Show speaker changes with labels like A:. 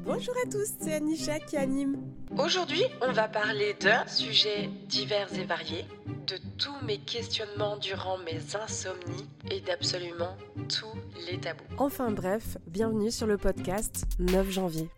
A: Bonjour à tous, c'est Anisha qui anime.
B: Aujourd'hui, on va parler de sujets divers et variés, de tous mes questionnements durant mes insomnies et d'absolument tous les tabous.
A: Enfin bref, bienvenue sur le podcast 9 janvier.